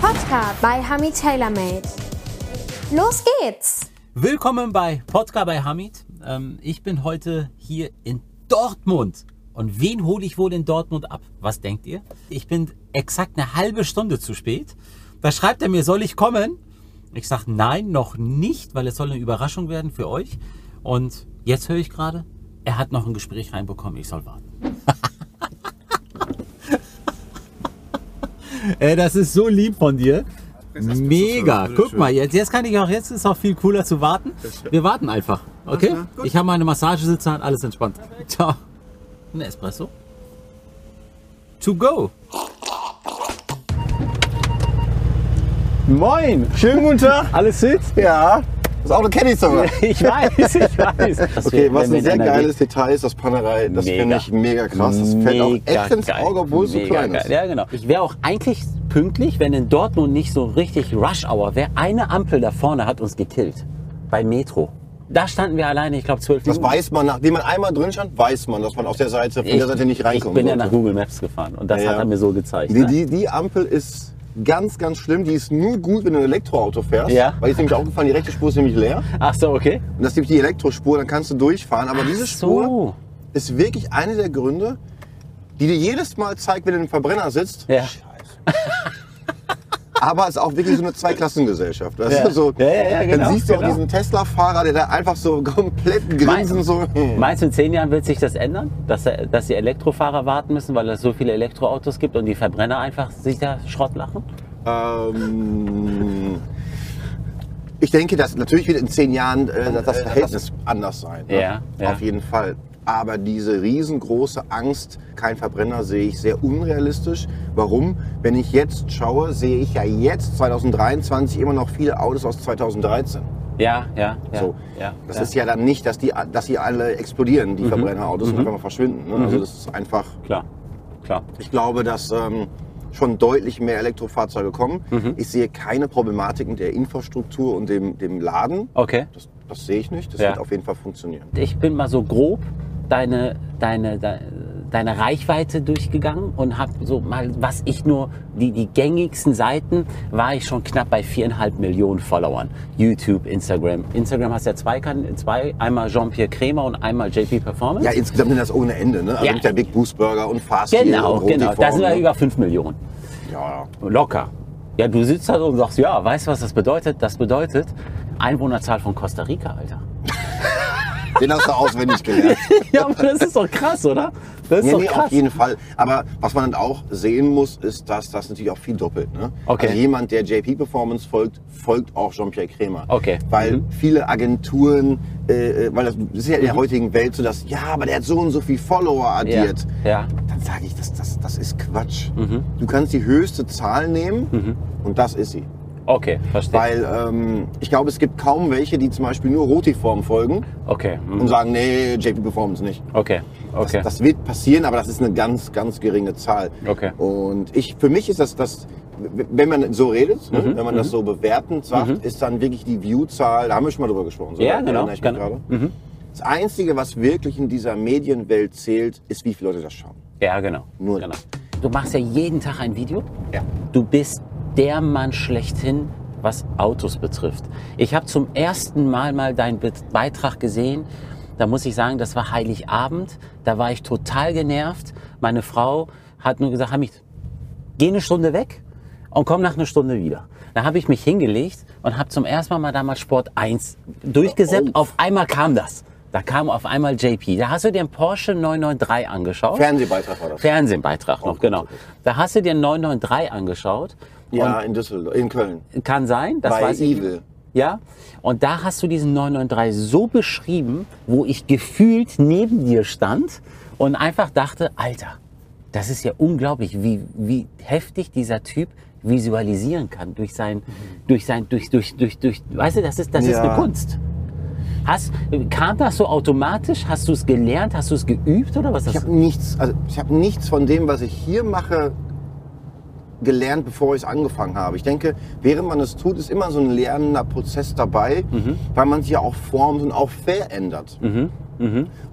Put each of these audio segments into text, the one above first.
Podka bei Hamid TaylorMade. Los geht's! Willkommen bei Podka bei Hamid. Ähm, ich bin heute hier in Dortmund. Und wen hole ich wohl in Dortmund ab? Was denkt ihr? Ich bin exakt eine halbe Stunde zu spät. Da schreibt er mir, soll ich kommen? Ich sage nein, noch nicht, weil es soll eine Überraschung werden für euch. Und jetzt höre ich gerade, er hat noch ein Gespräch reinbekommen, ich soll warten. Ey, das ist so lieb von dir. Mega. Guck mal, jetzt, jetzt kann ich auch, jetzt ist auch viel cooler zu warten. Wir warten einfach. Okay? Ich habe meine Massagesitze an, alles entspannt. Ciao. Ein Espresso. To go. Moin! Schönen guten Tag. Alles fit? Ja, das Auto kenne ich sogar. Ich weiß, ich weiß. Okay, was ein sehr geiles Detail ist, das Panerei. Das Mega. finde ich mega krass. Das fällt auch echt ins Auge, obwohl es so klein ist. Ja, genau. Ich wäre auch eigentlich pünktlich, wenn in Dortmund nicht so richtig Rush Hour wäre. Eine Ampel da vorne hat uns gekillt. Bei Metro. Da standen wir alleine, ich glaube, zwölf Das Minuten. weiß man, nachdem man einmal drin stand, weiß man, dass man auf der Seite, von der Seite nicht Ich reinkommt. bin ja nach Google Maps gefahren und das Ja, ja. hat er mir so gezeigt. die, ne? die, die Ampel ist ganz, ganz schlimm. Die ist nur gut, wenn du ein Elektroauto fährst. Ja. Weil ist nämlich aufgefallen, die rechte Spur ist nämlich leer. Ach so, okay. Und das gibt die Elektrospur, dann kannst du durchfahren. Aber diese Spur So. ist wirklich eine der Gründe, die dir jedes Mal zeigt, wenn du im Verbrenner sitzt. Ja. Aber es ist auch wirklich so eine Zweiklassengesellschaft. Weißt Ja. du? So, Ja, ja, ja, genau, dann siehst du auch genau. diesen Tesla-Fahrer, der da einfach so komplett grinsend so. hm. Meinst du, in zehn Jahren wird sich das ändern? Dass, dass die Elektrofahrer warten müssen, weil es so viele Elektroautos gibt und die Verbrenner einfach sich da Schrott lachen? Ähm, ich denke, dass natürlich wird in zehn Jahren äh, das Verhältnis anders sein. ne? Ja, ja. Auf jeden Fall. Aber diese riesengroße Angst, kein Verbrenner, sehe ich sehr unrealistisch. Warum? Wenn ich jetzt schaue, sehe ich ja jetzt 2023 immer noch viele Autos aus 2013. Ja, ja, ja. So. ja das ja. Mhm. ist ja dann nicht, dass die, dass sie alle explodieren, die Verbrennerautos, und einfach mal verschwinden. Ne? Also das ist einfach, Klar, klar. ich glaube, dass ähm, schon deutlich mehr Elektrofahrzeuge kommen. Mhm. Ich sehe keine Problematiken der Infrastruktur und dem, dem Laden. Okay. Das, das sehe ich nicht. Das Ja. wird auf jeden Fall funktionieren. Ich bin mal so grob deine, deine, de- deine Reichweite durchgegangen und habe so mal, was ich nur, die, die gängigsten Seiten, war ich schon knapp bei viereinhalb Millionen Followern. YouTube, Instagram. Instagram hast ja zwei, kan zwei einmal Jean-Pierre Krämer und einmal JP Performance. Ja, insgesamt sind das ohne Ende. Ne? Also Ja. mit der Big Boost Burger und Fast Food genau, und genau. Da sind wir Rotiform, ne? über fünf Millionen. Ja, Locker. Ja, du sitzt da und sagst, ja, weißt du, was das bedeutet? Das bedeutet Einwohnerzahl von Costa Rica, Alter. den hast du auswendig gelernt. Ja, aber das ist doch krass, oder? Das ist Ja, doch nee, krass. auf jeden Fall. Aber was man dann auch sehen muss, ist, dass das natürlich auch viel doppelt. Ne? Okay. Also jemand, der JP Performance folgt, folgt auch Jean-Pierre Krämer. Okay. Weil Mhm. viele Agenturen, äh, äh, weil das ist ja in der heutigen Welt so, dass, ja, aber der hat so und so viel Follower ja, addiert. ja, Mhm. Dann sage ich, das, das, das ist Quatsch. Du kannst die höchste Zahl nehmen und das ist sie. okay, verstehe. Weil ähm, ich glaube, es gibt kaum welche, die zum Beispiel nur Rotiform folgen Okay, mhm. und sagen, nee, JP Performance nicht. okay, okay. Das wird passieren, aber das ist eine ganz, ganz geringe Zahl. Okay. Und ich, für mich ist das, das w- wenn man so redet, ne, Mhm. wenn man das so bewertend sagt, ist dann wirklich die View-Zahl, da haben wir schon mal drüber gesprochen. So, Ja, da genau, erinnere Ich mich genau. gerade. Das Einzige, was wirklich in dieser Medienwelt zählt, ist, wie viele Leute das schauen. ja, genau. Nur- genau. Du machst ja jeden Tag ein Video. Ja. Du bist der Mann schlechthin, was Autos betrifft. Ich habe zum ersten Mal mal deinen Be Beitrag gesehen. Da muss ich sagen, das war Heiligabend. Da war ich total genervt. Meine Frau hat nur gesagt, Hamid, geh eine Stunde weg und komm nach einer Stunde wieder. Da habe ich mich hingelegt und habe zum ersten Mal mal damals Sport 1 durchgesetzt. Oh. Auf einmal kam das. Da kam auf einmal JP. Da hast du dir einen Porsche 993 angeschaut. Fernsehbeitrag war das. Fernsehbeitrag noch, Gott, genau. oh Gott. Da hast du dir einen 993 angeschaut. ja, in Düsseldorf, in Köln. Und kann sein, das bei weiß ich. Evil. Ja, und da hast du diesen 993 so beschrieben, wo ich gefühlt neben dir stand und einfach dachte, Alter, das ist ja unglaublich, wie, wie heftig dieser Typ visualisieren kann durch sein, durch sein, durch, durch, durch, durch, weißt du, das ist, das ist eine Ja. Kunst. Hast, kam das so automatisch? Hast du es gelernt? Hast du es geübt oder was? Ich das? habe nichts, also ich habe nichts von dem, was ich hier mache, gelernt, bevor ich es angefangen habe. Ich denke, während man es tut, ist Mhm. immer so ein lernender Prozess dabei, weil man sich ja auch formt und auch verändert.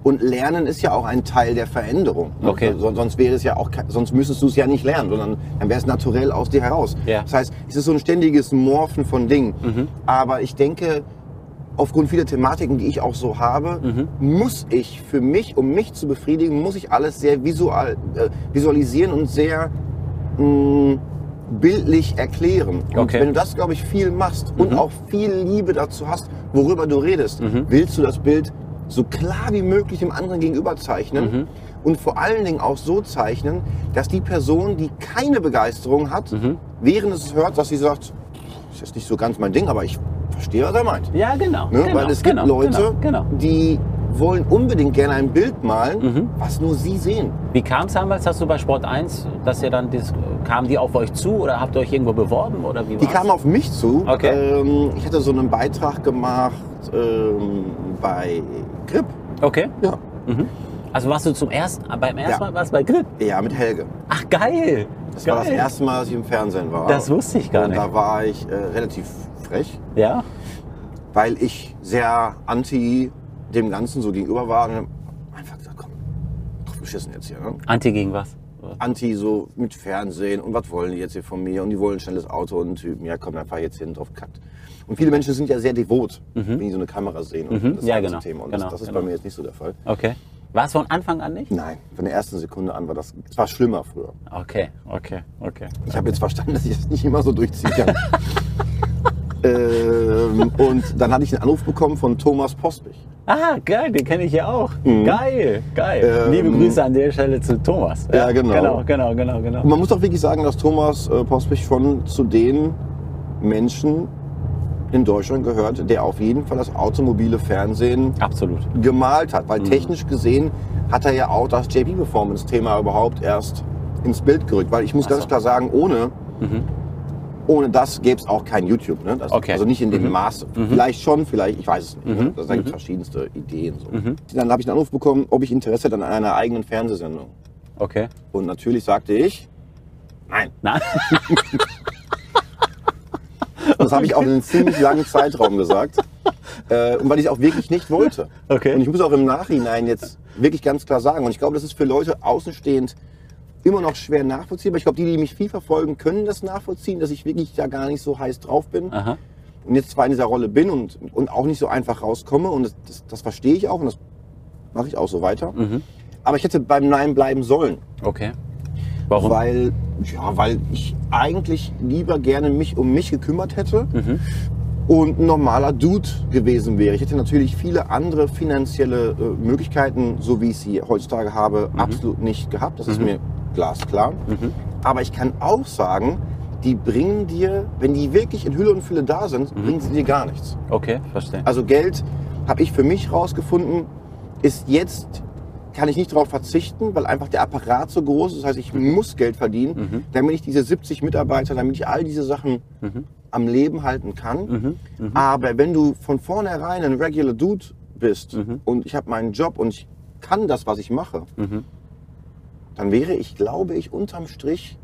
Und Lernen ist ja auch ein Teil der Veränderung. Mhm. Ne? Okay. So- Sonst wäre es ja auch, ke- sonst müsstest du es ja nicht lernen, sondern dann wäre es naturell aus dir heraus. Ja. Mhm. Das heißt, es ist so ein ständiges Morphen von Dingen. Aber ich denke, aufgrund vieler Thematiken, die ich auch so habe, muss ich für mich, um mich zu befriedigen, muss ich alles sehr visual, äh, visualisieren und sehr mh, bildlich erklären. Und Okay. wenn du das, glaube ich, viel machst und auch viel Liebe dazu hast, worüber du redest, willst du das Bild so klar wie möglich dem anderen gegenüber zeichnen und vor allen Dingen auch so zeichnen, dass die Person, die keine Begeisterung hat, während es hört, dass sie sagt, ist jetzt nicht so ganz mein Ding, aber ich verstehe, was er meint. Ja, genau. Ne? genau Weil es gibt genau, Leute, Genau, genau. die wollen unbedingt gerne ein Bild malen, Mhm. was nur sie sehen. Wie kam es damals, dass du bei Sport 1, dass ihr dann, dieses, kamen die auf euch zu oder habt ihr euch irgendwo beworben oder wie Die war's? kamen auf mich zu. Okay. Ähm, ich hatte so einen Beitrag gemacht ähm, bei Grip. Okay. Ja. Also warst du zum ersten, beim ersten Ja. Mal warst du bei Grip? Ja, mit Helge. Ach, geil. Das geil. war das erste Mal, dass ich im Fernsehen war. Das wusste ich gar Und da nicht. war ich äh, relativ frech, Ja? weil ich sehr anti dem Ganzen so gegenüber war. Und hab einfach gesagt, komm, drauf beschissen jetzt hier. Ne? Anti gegen was? Anti so mit Fernsehen und was wollen die jetzt hier von mir und die wollen ein schnelles Auto und einen Typen, ja komm, dann fahr ich jetzt hin, drauf kackt. Und viele Menschen sind ja sehr devot, wenn die so eine Kamera sehen und Mhm. das Ja, ganze genau. Thema. Und Genau, das, das ist genau. bei mir jetzt nicht so der Fall. Okay. War es von Anfang an nicht? Nein, von der ersten Sekunde an war das, es war schlimmer früher. Okay, okay, okay. Ich habe jetzt verstanden, dass ich das nicht immer so durchziehen kann. ähm, und dann hatte ich einen Anruf bekommen von Thomas Postbich. Ah, geil, den kenne ich ja auch. Geil, geil. Mhm. Ähm, Liebe Grüße an der Stelle zu Thomas. Ja, genau. Genau, genau, genau, genau. Und man muss auch wirklich sagen, dass Thomas äh, Postbich schon zu den Menschen in Deutschland gehört, der auf jeden Fall das automobile Fernsehen Absolut. gemalt hat. Mhm. Weil technisch gesehen hat er ja auch das JP-Performance-Thema überhaupt erst ins Bild gerückt. Weil ich muss Ach ganz so. Mhm. klar sagen, ohne, ohne das gäbe es auch kein YouTube. Ne? Das, Okay. Mhm. Also nicht in dem Maße. Vielleicht schon, vielleicht, ich weiß es nicht. Ne? Das sind verschiedenste Ideen. So. Mhm. Dann habe ich einen Anruf bekommen, ob ich Interesse hätte an einer eigenen Fernsehsendung. Okay. Und natürlich sagte ich, nein. Nein. Das habe ich auch in einem ziemlich langen Zeitraum gesagt. Äh, und weil ich es auch wirklich nicht wollte. Okay. Und ich muss auch im Nachhinein jetzt wirklich ganz klar sagen, und ich glaube, das ist für Leute außenstehend immer noch schwer nachvollziehbar. Ich glaube, die, die mich viel verfolgen, können das nachvollziehen, dass ich wirklich da gar nicht so heiß drauf bin. Aha. Und jetzt zwar in dieser Rolle bin und, und auch nicht so einfach rauskomme. Und das, das, das verstehe ich auch und das mache ich auch so weiter. Aber ich hätte beim Nein bleiben sollen. Okay. Warum? Weil, ja, weil ich eigentlich lieber gerne mich um mich gekümmert hätte und ein normaler Dude gewesen wäre. Ich hätte natürlich viele andere finanzielle äh, Möglichkeiten, so wie ich sie heutzutage habe, absolut nicht gehabt. Das ist mir glasklar. Aber ich kann auch sagen, die bringen dir, wenn die wirklich in Hülle und Fülle da sind, bringen sie dir gar nichts. okay, verstehe. Also Geld habe ich für mich rausgefunden, ist jetzt kann ich nicht darauf verzichten, weil einfach der Apparat so groß ist. Das heißt, ich muss Geld verdienen, damit ich diese 70 Mitarbeiter, damit ich all diese Sachen am Leben halten kann. Aber wenn du von vornherein ein regular Dude bist und ich habe meinen Job und ich kann das, was ich mache, dann wäre ich, glaube ich, unterm Strich,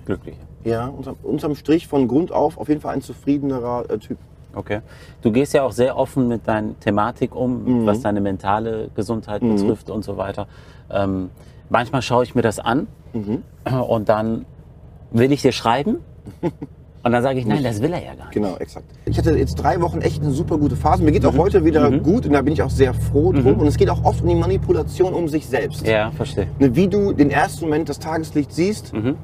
Also- Glücklich. ja, unterm, unterm Strich von Grund auf auf jeden Fall ein zufriedenerer äh, Typ. Okay. Du gehst ja auch sehr offen mit deiner Thematik Mhm. um, was deine mentale Gesundheit betrifft und so weiter. Ähm, manchmal schaue ich mir das an Mhm. und dann will ich dir schreiben und dann sage ich, nein, das will er ja gar nicht. Genau, exakt. Ich hatte jetzt drei Wochen echt eine super gute Phase. Mir geht Mhm. auch heute wieder gut und da bin ich auch sehr froh drum. Und es geht auch oft um die Manipulation um sich selbst. Ja, verstehe. Ne, Wie du den ersten Moment das Tageslicht siehst, Mhm.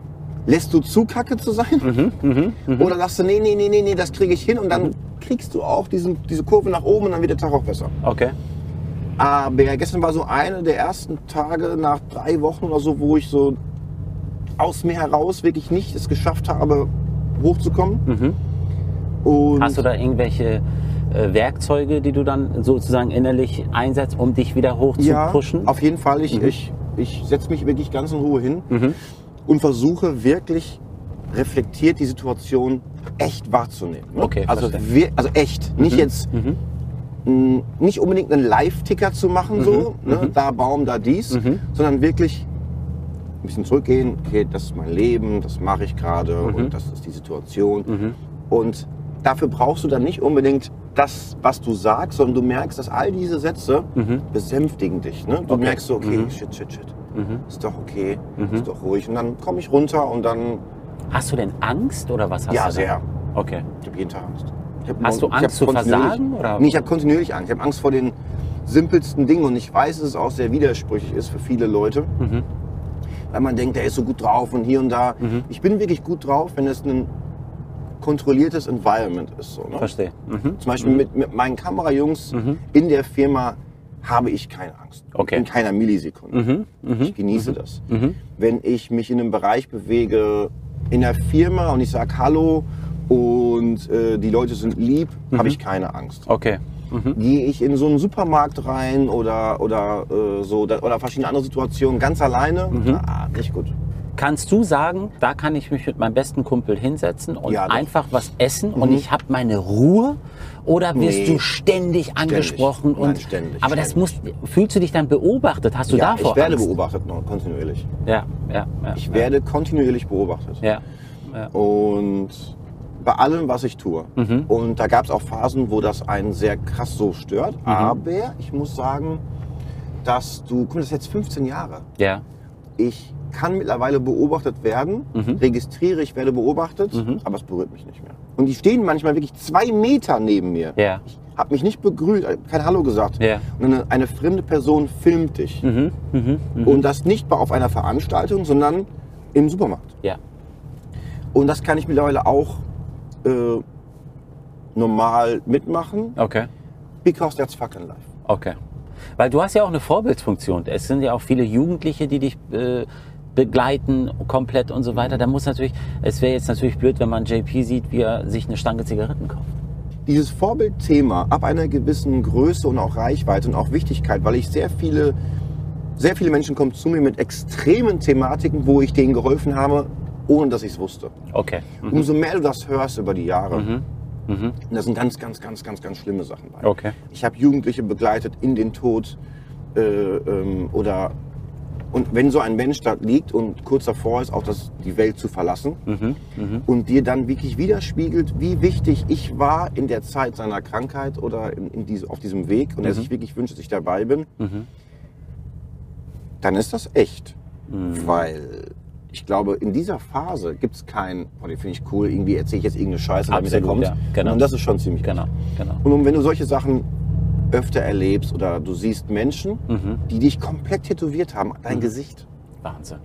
lässt du zu, kacke zu sein? Oder sagst du, nee, nee, nee, nee, nee, das kriege ich hin und dann Mhm. kriegst du auch diesen, diese Kurve nach oben und dann wird der Tag auch besser. Okay. Aber gestern war so einer der ersten Tage nach drei Wochen oder so, wo ich so aus mir heraus wirklich nicht es geschafft habe, hochzukommen. Und Mhm. Hast du da irgendwelche äh, Werkzeuge, die du dann sozusagen innerlich einsetzt, um dich wieder hoch ja, zu pushen? Mhm. Auf jeden Fall. Ich, ich, ich setze mich wirklich ganz in Ruhe hin und versuche wirklich reflektiert die Situation echt wahrzunehmen. ne? Okay, also, verstehe. Mhm. wir, also echt. Nicht jetzt mh, nicht unbedingt einen Live-Ticker zu Mhm. machen, so, ne? da Baum, da dies, sondern wirklich ein bisschen zurückgehen, okay, das ist mein Leben, das mache Mhm. ich gerade und das ist die Situation. Und dafür brauchst du dann nicht unbedingt das, was du sagst, sondern du merkst, dass all diese Sätze besänftigen dich. Ne? Du Mhm. Okay. merkst so, okay, shit, shit, shit. Mhm. Ist doch okay, ist doch ruhig. Und dann komme ich runter und dann, Hast du denn Angst oder was hast ja, du? denn? sehr. Okay. Ich habe jeden Tag Angst. Ich hab Hast du morgen- ich hab Angst zu kontinuierlich- versagen, oder? Nee, ich habe kontinuierlich Angst. Ich habe Angst vor den simpelsten Dingen und ich weiß, dass es auch sehr widersprüchlich ist für viele Leute. Mhm. Weil man denkt, der ist so gut drauf und hier und da. Ich bin wirklich gut drauf, wenn es ein kontrolliertes Environment ist. So, ne? Verstehe. Mhm. Zum Beispiel mit, mit meinen Kamerajungs in der Firma habe ich keine Angst. Okay. Mhm. In keiner Millisekunde. Ich genieße das. Wenn ich mich in einem Bereich bewege, in der Firma und ich sage Hallo und äh, die Leute sind lieb, Mhm. habe ich keine Angst. Okay. Mhm. Gehe ich in so einen Supermarkt rein oder, oder, äh, so, da, oder verschiedene andere Situationen ganz alleine, Mhm. ah, nicht gut. Kannst du sagen, da kann ich mich mit meinem besten Kumpel hinsetzen und Ja, doch. Mhm. einfach was essen und ich habe meine Ruhe? Oder wirst Nee. du ständig angesprochen? Nein, und, ständig, aber das musst, fühlst du dich dann beobachtet? Hast du ja, davor ich werde Angst? beobachtet noch kontinuierlich. Ja, ja, ja. Ich werde kontinuierlich beobachtet. ja. und bei allem, was ich tue. Mhm. Und da gab es auch Phasen, wo das einen sehr krass so stört. Mhm. Aber ich muss sagen, dass du, guck mal, das ist jetzt 15 Jahre. ja. Ich kann mittlerweile beobachtet werden, Mhm. registriere, ich werde beobachtet, aber es berührt mich nicht mehr. Und die stehen manchmal wirklich zwei Meter neben mir. Ja. Ich habe mich nicht begrüßt, äh, kein Hallo gesagt. Ja. Mhm. Und eine, eine fremde Person filmt dich. Und das nicht mal auf einer Veranstaltung, sondern im Supermarkt. ja. Und das kann ich mittlerweile auch äh, normal mitmachen, Okay. because that's fucking life. Okay. Weil du hast ja auch eine Vorbildfunktion. Es sind ja auch viele Jugendliche, die dich äh, begleiten komplett und so weiter. Da muss natürlich, es wäre jetzt natürlich blöd, wenn man JP sieht, wie er sich eine Stange Zigaretten kauft. Dieses Vorbildthema ab einer gewissen Größe und auch Reichweite und auch Wichtigkeit, weil ich sehr viele, sehr viele Menschen kommen zu mir mit extremen Thematiken, wo ich denen geholfen habe, ohne dass ich es wusste. Okay. Umso mehr du das hörst über die Jahre. Und das sind ganz, ganz, ganz, ganz, ganz schlimme Sachen bei. Okay. Ich habe Jugendliche begleitet in den Tod äh, ähm, oder und wenn so ein Mensch da liegt und kurz davor ist, auch das, die Welt zu verlassen Mhm, und dir dann wirklich widerspiegelt, wie wichtig ich war in der Zeit seiner Krankheit oder in, in diese, auf diesem Weg und er Mhm. sich wirklich wünscht, dass ich dabei bin, dann ist das echt. Mhm. Weil ich glaube, in dieser Phase gibt es kein, boah, den finde ich cool, irgendwie erzähle ich jetzt irgendeine Scheiße, damit er Absolut, kommt. ja, genau. Und das ist schon ziemlich Genau, genau. und um, wenn du solche Sachen öfter erlebst oder du siehst Menschen, die dich komplett tätowiert haben, dein Gesicht, Wahnsinn.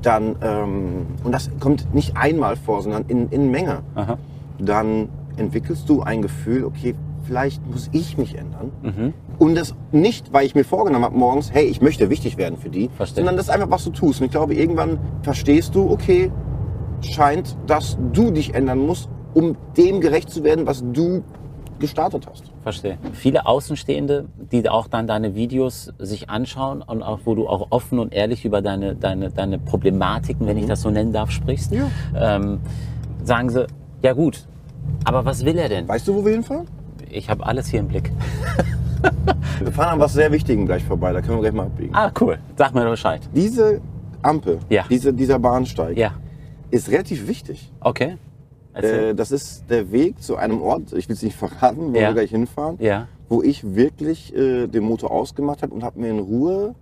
dann, ähm, und das kommt nicht einmal vor, sondern in, in Menge, Aha. dann entwickelst du ein Gefühl, okay, vielleicht muss ich mich ändern. Und das nicht, weil ich mir vorgenommen habe morgens, hey, ich möchte wichtig werden für die, Verstehe. sondern das ist einfach, was du tust. Und ich glaube, irgendwann verstehst du, okay, scheint, dass du dich ändern musst, um dem gerecht zu werden, was du gestartet hast. Verstehe. Viele Außenstehende, die auch dann deine Videos sich anschauen und auch, wo du auch offen und ehrlich über deine, deine, deine Problematiken, wenn ich das so nennen darf, sprichst, Mhm. Ja. ähm, sagen sie, ja gut, aber was will er denn? Weißt du, wo wir hinfahren? Ich habe alles hier im Blick. Wir fahren an was sehr Wichtigem gleich vorbei, da können wir gleich mal abbiegen. Ah, cool. Sag mir Bescheid. Diese Ampel, Ja. diese, dieser Bahnsteig, Ja, ist relativ wichtig. okay. Erzähl. Äh, das ist der Weg zu einem Ort, ich will es nicht verraten, wo Ja. wir gleich hinfahren, ja, wo ich wirklich äh, den Motor ausgemacht habe und habe mir in Ruhe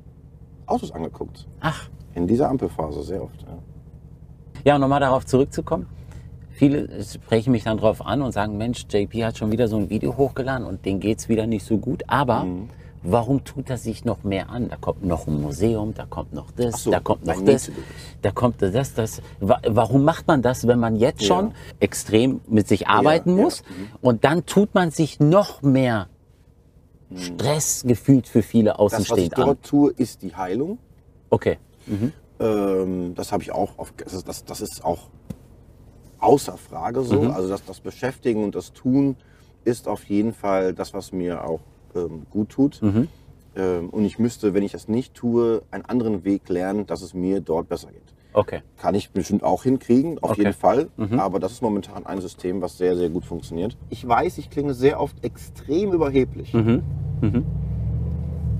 Autos angeguckt. ach. In dieser Ampelphase sehr oft. Ja. Ja, und nochmal darauf zurückzukommen. Viele sprechen mich dann drauf an und sagen, Mensch, JP hat schon wieder so ein Video hochgeladen und denen geht's wieder nicht so gut. Aber Mhm. warum tut er sich noch mehr an? Da kommt noch ein Museum, da kommt noch Ach das, so, da kommt noch mein das, nächstes Bild. da kommt das, das. Wa- Warum macht man das, wenn man jetzt schon Ja. extrem mit sich arbeiten ja, Mhm. muss? Und dann tut man sich noch mehr Stress gefühlt für viele Mhm. Das, was ich außenstehend an. dort tue, ist die Heilung. Okay, Ähm, das habe ich auch, auf, das, ist, das, das ist auch außer Frage so. Also das, das Beschäftigen und das Tun ist auf jeden Fall das, was mir auch ähm, gut tut. Ähm, und ich müsste, wenn ich das nicht tue, einen anderen Weg lernen, dass es mir dort besser geht. okay. Kann ich bestimmt auch hinkriegen, auf Okay. jeden Fall. Aber das ist momentan ein System, was sehr, sehr gut funktioniert. Ich weiß, ich klinge sehr oft extrem überheblich. Mhm.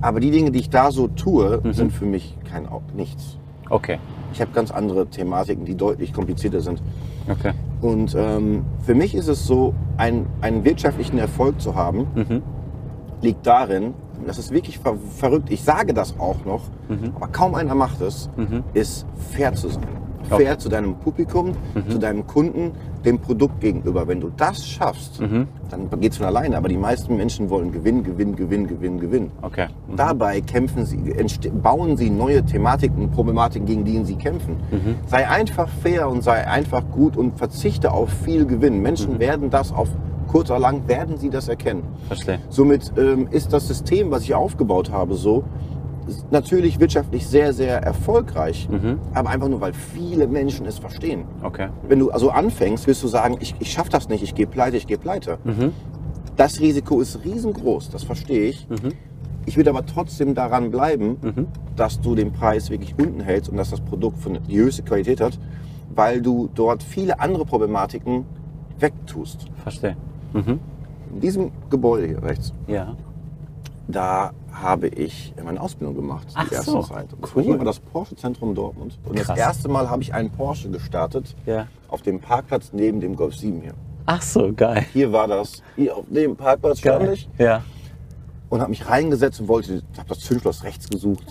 Aber die Dinge, die ich da so tue, sind für mich kein Au- nichts. Okay, Ich habe ganz andere Thematiken, die deutlich komplizierter sind. okay. Und ähm, für mich ist es so, ein, einen wirtschaftlichen Erfolg zu haben, Mhm, liegt darin, das ist wirklich ver verrückt, ich sage das auch noch, aber kaum einer macht es, mhm, ist fair zu sein. Fair Okay. zu deinem Publikum, zu deinem Kunden, dem Produkt gegenüber. Wenn du das schaffst, dann geht es von alleine. Aber die meisten Menschen wollen Gewinn, Gewinn, Gewinn, Gewinn, Gewinn. Okay. Mhm. Dabei kämpfen sie, entste- bauen sie neue Thematiken und Problematiken, gegen die sie kämpfen. Sei einfach fair und sei einfach gut und verzichte auf viel Gewinn. Menschen werden das auf kurz oder lang, werden sie das erkennen. Verstehe. Somit ähm, ist das System, was ich aufgebaut habe, so ist natürlich wirtschaftlich sehr, sehr erfolgreich, aber einfach nur, weil viele Menschen es verstehen. Okay. Wenn du also anfängst, wirst du sagen, ich, ich schaffe das nicht, ich gehe pleite, ich gehe pleite. Mhm. Das Risiko ist riesengroß, das verstehe ich. Mhm. Ich will aber trotzdem daran bleiben, dass du den Preis wirklich unten hältst und dass das Produkt von die höchste Qualität hat, weil du dort viele andere Problematiken wegtust. Verstehe. In diesem Gebäude hier rechts, Ja. da habe ich meine Ausbildung gemacht, die Ach erste so, Zeit. Und cool. Hier war das Porsche-Zentrum Dortmund. Und das Krass. erste Mal habe ich einen Porsche gestartet Ja. auf dem Parkplatz neben dem Golf 7 hier. Ach so, geil. Hier war das, hier auf dem Parkplatz stand ich Ja. und habe mich reingesetzt und wollte, habe das Zündschloss rechts gesucht.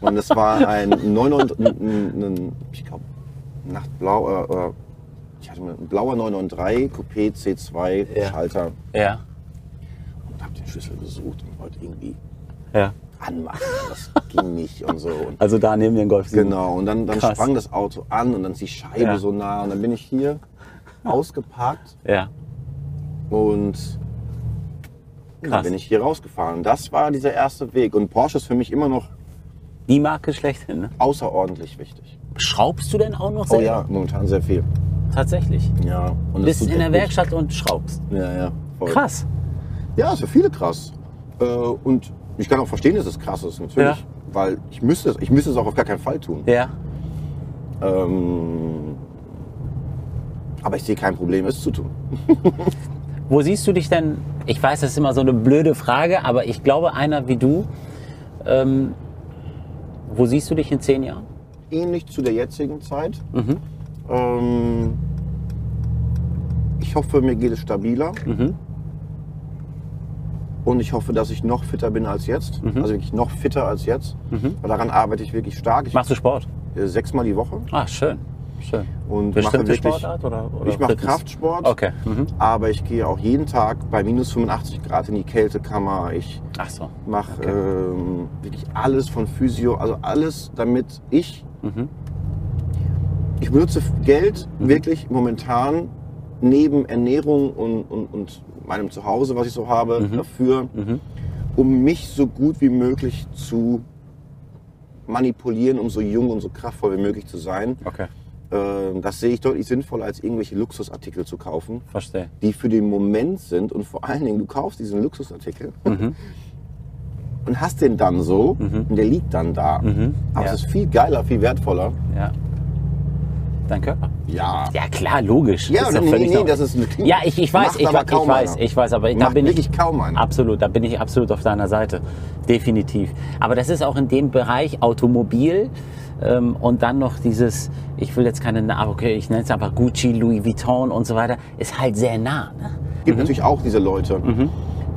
und es war ein 99, ein- ein, ein, ich glaube, Nachtblau, oder, oder ich hatte mal ein blauer 993 Coupé C2 Ja. Schalter Ja. und habe den Schlüssel gesucht und wollte irgendwie Ja. anmachen. Das ging nicht und so. Und Also da neben den Golf 7. Genau, und dann, dann Krass. sprang das Auto an und dann ist die Scheibe Ja. so nah und dann bin ich hier ausgeparkt Ja. und dann Krass. bin ich hier rausgefahren. Das war dieser erste Weg und Porsche ist für mich immer noch Die Marke schlechthin. Ne? außerordentlich wichtig. Schraubst du denn auch noch Oh selber? ja, momentan sehr viel. Tatsächlich. Ja, und es Bist tut in der echt gut. Werkstatt und schraubst. Ja, ja. Voll. Krass. Ja, ist für viele krass. Äh, Und ich kann auch verstehen, dass es krass ist, natürlich. Ja. Weil ich müsste, es, ich müsste es auch auf gar keinen Fall tun. Ja. Ähm, aber ich sehe kein Problem, es zu tun. Wo siehst du dich denn? Ich weiß, das ist immer so eine blöde Frage, aber ich glaube, einer wie du, ähm, wo siehst du dich in zehn Jahren? ähnlich zu der jetzigen Zeit. Mhm. Ähm, ich hoffe, mir geht es stabiler. Mhm. Und ich hoffe, dass ich noch fitter bin als jetzt. Mhm. Also wirklich noch fitter als jetzt. Weil daran arbeite ich wirklich stark. Ich Machst du Sport? äh, sechsmal die Woche. Ah, schön. Schön. Und mache Bestimmte wirklich, Sportart oder, oder ich mache Fitness? Kraftsport, Okay. Mhm. aber ich gehe auch jeden Tag bei minus 85 Grad in die Kältekammer. Ich Ach so. mache ähm, wirklich alles von Physio, also alles, damit ich. Ich benutze Geld wirklich momentan neben Ernährung und, und, und meinem Zuhause, was ich so habe, dafür, um mich so gut wie möglich zu manipulieren, um so jung und so kraftvoll wie möglich zu sein. Okay. Ähm, das sehe ich deutlich sinnvoller, als irgendwelche Luxusartikel zu kaufen Verstehe. die für den Moment sind und vor allen Dingen, du kaufst diesen Luxusartikel Mhm. und hast den dann so und der liegt dann da. Aber Mhm. ja. es ist viel geiler, viel wertvoller. Ja. Dein Körper? Ja. Ja, klar, logisch. Ja, doch nee, völlig nee, normal. das ist eine- Ja, ich, ich weiß, Macht ich, aber ich kaum weiß, einer. ich weiß, aber da Macht bin ich wirklich kaum einer. Absolut, da bin ich absolut auf deiner Seite. Definitiv. Aber das ist auch in dem Bereich Automobil ähm, und dann noch dieses, ich will jetzt keine, Na- okay, ich nenne es einfach Gucci, Louis Vuitton und so weiter, ist halt sehr nah. Ne? gibt natürlich auch diese Leute.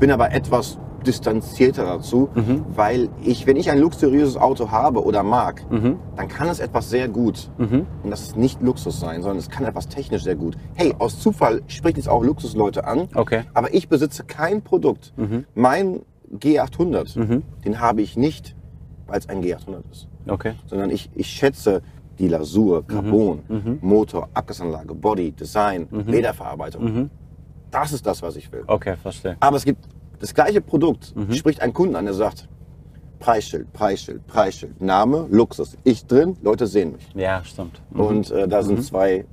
Bin aber etwas distanzierter dazu, weil ich, wenn ich ein luxuriöses Auto habe oder mag, dann kann es etwas sehr gut. Und das ist nicht Luxus sein, sondern es kann etwas technisch sehr gut. Hey, aus Zufall spricht jetzt auch Luxusleute an, Okay. aber ich besitze kein Produkt. Mein G800, den habe ich nicht, weil es ein G800 ist Okay. sondern ich, ich schätze die Lasur, Carbon, Motor, Abgasanlage, Body, Design, Lederverarbeitung. Das ist das, was ich will. Okay, verstehe. Aber es gibt das gleiche Produkt, spricht ein Kunden an, der sagt, Preisschild, Preisschild, Preisschild, Name, Luxus, ich drin, Leute sehen mich. Ja, stimmt. Und äh, da sind zwei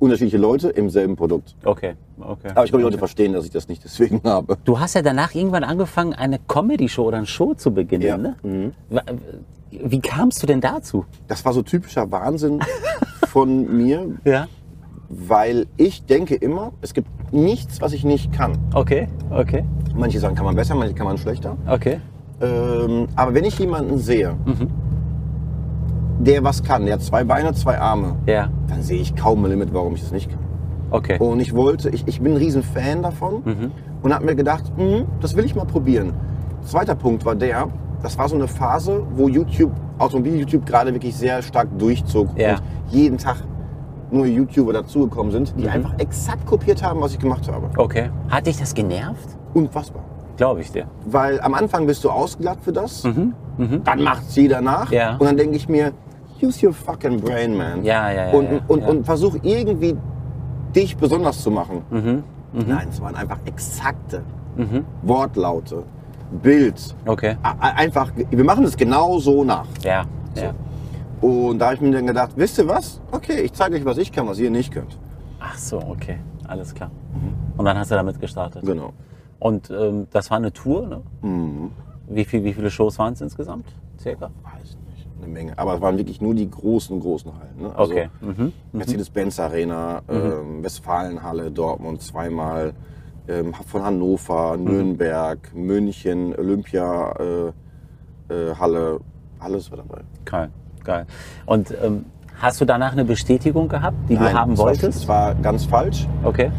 unterschiedliche Leute im selben Produkt. Okay, okay. Aber ich glaube, die Leute verstehen, dass ich das nicht deswegen habe. Du hast ja danach irgendwann angefangen, eine Comedy-Show oder eine Show zu beginnen, Ja. Mhm. ne? Wa- Wie kamst du denn dazu? Das war so typischer Wahnsinn von mir, Ja. weil ich denke immer, es gibt nichts, was ich nicht kann. Okay, okay, Manche Sachen kann man besser, manche kann man schlechter. okay. Ähm, aber wenn ich jemanden sehe, der was kann, der hat zwei Beine, zwei Arme, Ja, dann sehe ich kaum ein Limit, warum ich das nicht kann. okay. Und ich wollte, ich, ich bin ein riesen Fan davon und habe mir gedacht, hm, das will ich mal probieren. Zweiter Punkt war der, das war so eine Phase, wo YouTube, Automobil-YouTube gerade wirklich sehr stark durchzog Ja. und jeden Tag nur YouTuber dazugekommen sind, die einfach exakt kopiert haben, was ich gemacht habe. Okay. Hat dich das genervt? Unfassbar. Glaube ich dir. Weil am Anfang bist du ausgelacht für das, dann macht's jeder nach Mhm, Ja. und dann denke ich mir, use your fucking brain, man. Ja, ja, ja, Und, ja, und, ja. und versuch irgendwie dich besonders zu machen. Mhm, Nein, es waren einfach exakte Wortlaute, Bild. Okay. A- a- Einfach, wir machen es genau so nach. Ja, ja. Und da habe ich mir dann gedacht, wisst ihr was? Okay, ich zeige euch, was ich kann, was ihr nicht könnt. Ach so, okay. Alles klar. Mhm. Und dann hast du damit gestartet. Genau. Und ähm, das war eine Tour, ne? Mhm. Wie, viel, wie viele Shows waren es insgesamt? Circa? Weiß nicht, eine Menge. Aber es waren wirklich nur die großen, großen Hallen. Ne? Also Okay. Mhm. Mercedes-Benz Arena, ähm, Westfalenhalle, Dortmund zweimal, ähm, von Hannover, Mhm. Nürnberg, München, Olympia, äh, äh, Halle, alles war dabei. Geil, geil. Und ähm, hast du danach eine Bestätigung gehabt, die du haben es war- wolltest? Es war ganz falsch, Okay,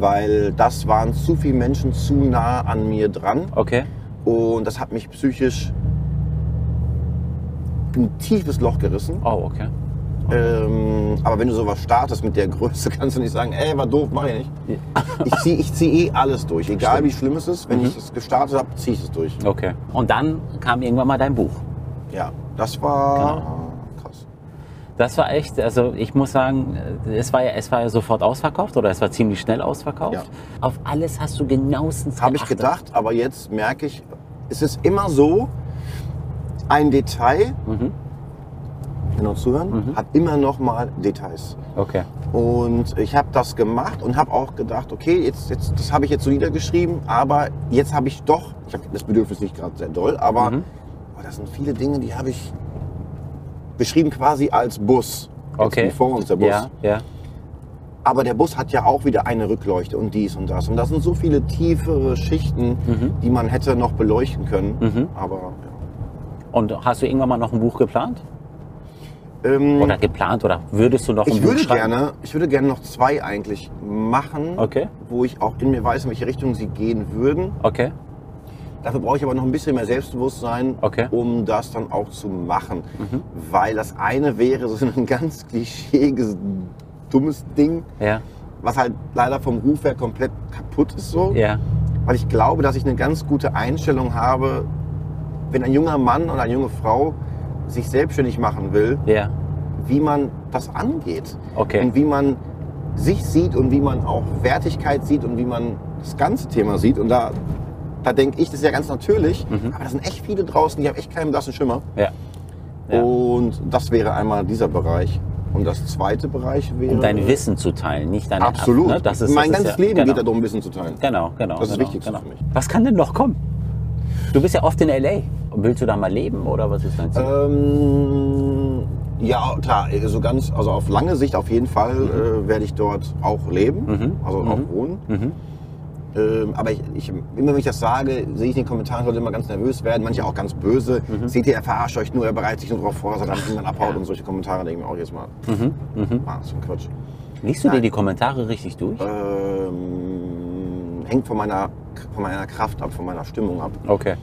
weil das waren zu viele Menschen zu nah an mir dran okay. und das hat mich psychisch ein tiefes Loch gerissen. Oh, okay. Ähm, aber wenn du sowas startest mit der Größe, kannst du nicht sagen, ey, war doof, mach ich nicht. Ich zieh, ich zieh eh alles durch. Egal wie schlimm es ist, wenn ich es gestartet habe, zieh ich es durch. Okay. Und dann kam irgendwann mal dein Buch. Ja, das war krass. Das war echt, also ich muss sagen, äh, es war ja, es war ja sofort ausverkauft oder es war ziemlich schnell ausverkauft. Ja. Auf alles hast du genauestens Habe ich geachtet. gedacht, aber jetzt merke ich, es ist immer so, ein Detail, genau zuhören, hat immer noch mal Details. Okay. Und ich habe das gemacht und habe auch gedacht, okay, jetzt, jetzt, das habe ich jetzt so niedergeschrieben, aber jetzt habe ich doch, ich habe das Bedürfnis nicht gerade sehr doll, aber Mhm. oh, das sind viele Dinge, die habe ich beschrieben quasi als Bus. Jetzt Okay. wie Vor uns der Bus. Ja, ja. Aber der Bus hat ja auch wieder eine Rückleuchte und dies und das. Und das sind so viele tiefere Schichten, Mhm. die man hätte noch beleuchten können. Aber Und hast du irgendwann mal noch ein Buch geplant? ja. ähm, Oder geplant oder würdest du noch Oh, ein Ich Buch würde schreiben? gerne, ich würde gerne noch zwei eigentlich machen, Okay. wo ich auch in mir weiß, in welche Richtung sie gehen würden. Okay. Dafür brauche ich aber noch ein bisschen mehr Selbstbewusstsein, Okay. Mhm. um das dann auch zu machen. Weil das eine wäre so ein ganz klischeeiges, dummes Ding, Ja. was halt leider vom Ruf her komplett kaputt ist so. Ja. Weil ich glaube, dass ich eine ganz gute Einstellung habe, wenn ein junger Mann oder eine junge Frau sich selbstständig machen will, Ja. wie man das angeht. Okay. Und wie man sich sieht und wie man auch Wertigkeit sieht und wie man das ganze Thema sieht. Und da, da denke ich, das ist ja ganz natürlich. Mhm. Aber da sind echt viele draußen, die haben echt keinen blassen Schimmer. Ja. Ja. Und das wäre einmal dieser Bereich. Und das zweite Bereich wäre. Um dein Wissen zu teilen, nicht deine Absolut. Ne? Das ist, mein das ganzes ist ja, Leben genau. geht darum, Wissen zu teilen. Genau, genau. Das ist das genau, Wichtigste genau. für mich. Was kann denn noch kommen? Du bist ja oft in L.A. Willst du da mal leben oder was ist dein Ziel? Ähm, ja, klar, so ganz, also auf lange Sicht auf jeden Fall äh, werde ich dort auch leben, also auch wohnen. Ähm, aber ich, ich, immer wenn ich das sage, sehe ich in den Kommentaren, Leute immer ganz nervös werden, manche auch ganz böse. Seht ihr, er verarscht euch nur, er bereitet sich nur darauf vor, dass er dann irgendwann abhaut und solche Kommentare denke ich mir auch jetzt mal. Ah, das ist ein Quatsch. Liest du dir Äh, nein. die Kommentare richtig durch? Ähm, hängt von meiner, von meiner Kraft ab, von meiner Stimmung ab. Okay.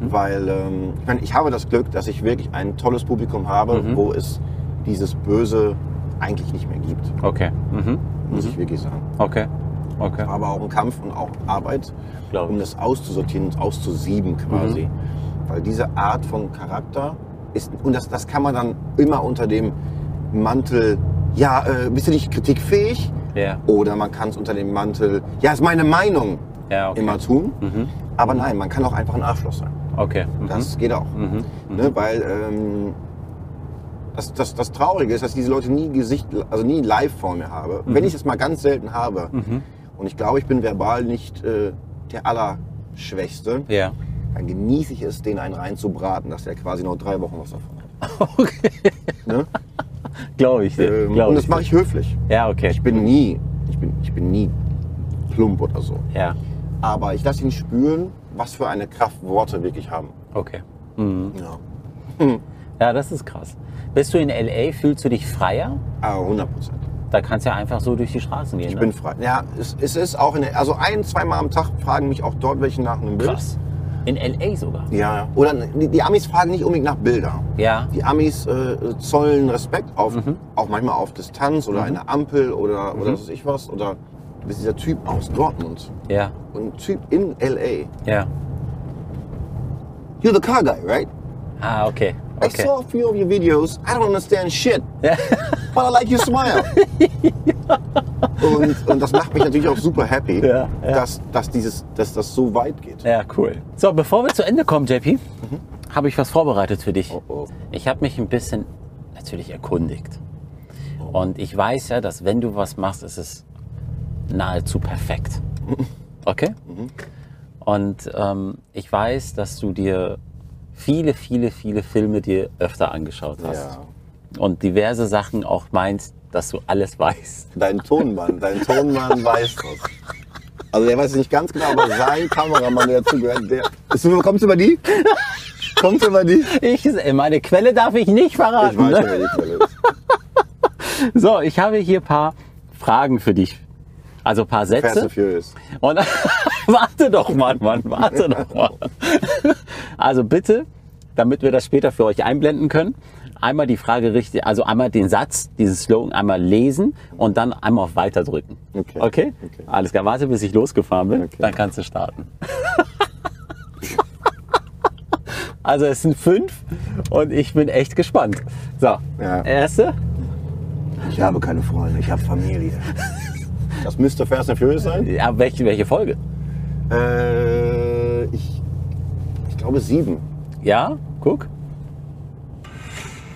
Weil ähm, ich, meine, ich habe das Glück, dass ich wirklich ein tolles Publikum habe, Mhm. wo es dieses Böse eigentlich nicht mehr gibt, Okay. Mhm. muss ich wirklich sagen. Okay. Okay. Aber auch ein Kampf und auch Arbeit, Glaub ich. Mhm. um das auszusortieren und auszusieben quasi. Weil diese Art von Charakter ist, und das, das kann man dann immer unter dem Mantel, ja, äh, bist du nicht kritikfähig? Ja. Oder man kann es unter dem Mantel, ja, ist meine Meinung, Ja, okay. Mhm. immer tun. Aber nein, man kann auch einfach ein Arschloch sein. Okay. Mhm. Das geht auch. Ne, weil ähm, das, das, das Traurige ist, dass ich diese Leute nie Gesicht, also nie live vor mir habe. Mhm. Wenn ich das mal ganz selten habe, und ich glaube, ich bin verbal nicht äh, der Allerschwächste, Ja. dann genieße ich es, den einen reinzubraten, dass der quasi noch drei Wochen was davon hat. Ne? Glaube ich dir. Ähm, Glaub und ich das mache ich höflich. dir. Ja, okay. Ich bin nie, ich bin, ich bin nie plump oder so. Ja. Aber ich lasse ihn Mhm. spüren, was für eine Kraft Worte wirklich haben. Okay. Ja. Ja, das ist krass. Bist du in L.A., fühlst du dich freier? Ah, 100 Prozent. Da kannst du ja einfach so durch die Straßen gehen. Ich ne? bin frei. Ja, es, es ist auch in der, also ein, zweimal am Tag fragen mich auch dort welche nach einem Bild. krass. In L.A. sogar. Ja, ja. Oder die, die Amis fragen nicht unbedingt nach Bilder. Ja. Die Amis äh, zollen Respekt auf, Mhm. auch manchmal auf Distanz oder eine Ampel oder, oder was weiß ich was. Oder du bist dieser Typ aus Dortmund. Ja. Und ein Typ in L.A. Ja. You're the car guy, right? Ah, okay. I Okay. saw a few of your videos. I don't understand shit. But I like your smile. und, und das macht mich natürlich auch super happy, Ja, ja. Dass, dass, dieses, dass das so weit geht. Ja, cool. So, bevor wir zu Ende kommen, JP, habe ich was vorbereitet für dich. Mhm. Oh, oh. Ich habe mich ein bisschen natürlich erkundigt. Oh. Und ich weiß ja, dass wenn du was machst, ist es nahezu perfekt. Okay? Mhm. Und ähm, ich weiß, dass du dir viele, viele, viele Filme dir öfter angeschaut hast. Ja. Und diverse Sachen auch meinst, dass du alles weißt. Dein Tonmann, dein Tonmann weiß das. Also der weiß es nicht ganz genau, aber sein Kameramann, der zugehört, der. Ist, kommst du über die? Kommst du über die? Ich Ich, meine Quelle darf ich nicht verraten. weiß, ne? wer die Quelle ist. So, ich habe hier ein paar Fragen für dich. Also ein paar Fast Sätze. and Furious. Und warte doch mal, Mann, warte doch mal. Also bitte, damit wir das später für euch einblenden können, einmal die Frage richtig, also einmal den Satz, diesen Slogan einmal lesen und dann einmal auf Weiter drücken. Okay. Okay? Okay. Alles klar, warte, bis ich losgefahren bin, Okay. dann kannst du starten. Also es sind fünf und ich bin echt gespannt. So, Ja. erste. Ich habe keine Freunde, ich habe Familie. Das müsste Fast and Furious sein. Ja, welche, welche Folge? Äh, ich, ich glaube sieben. Ja, guck.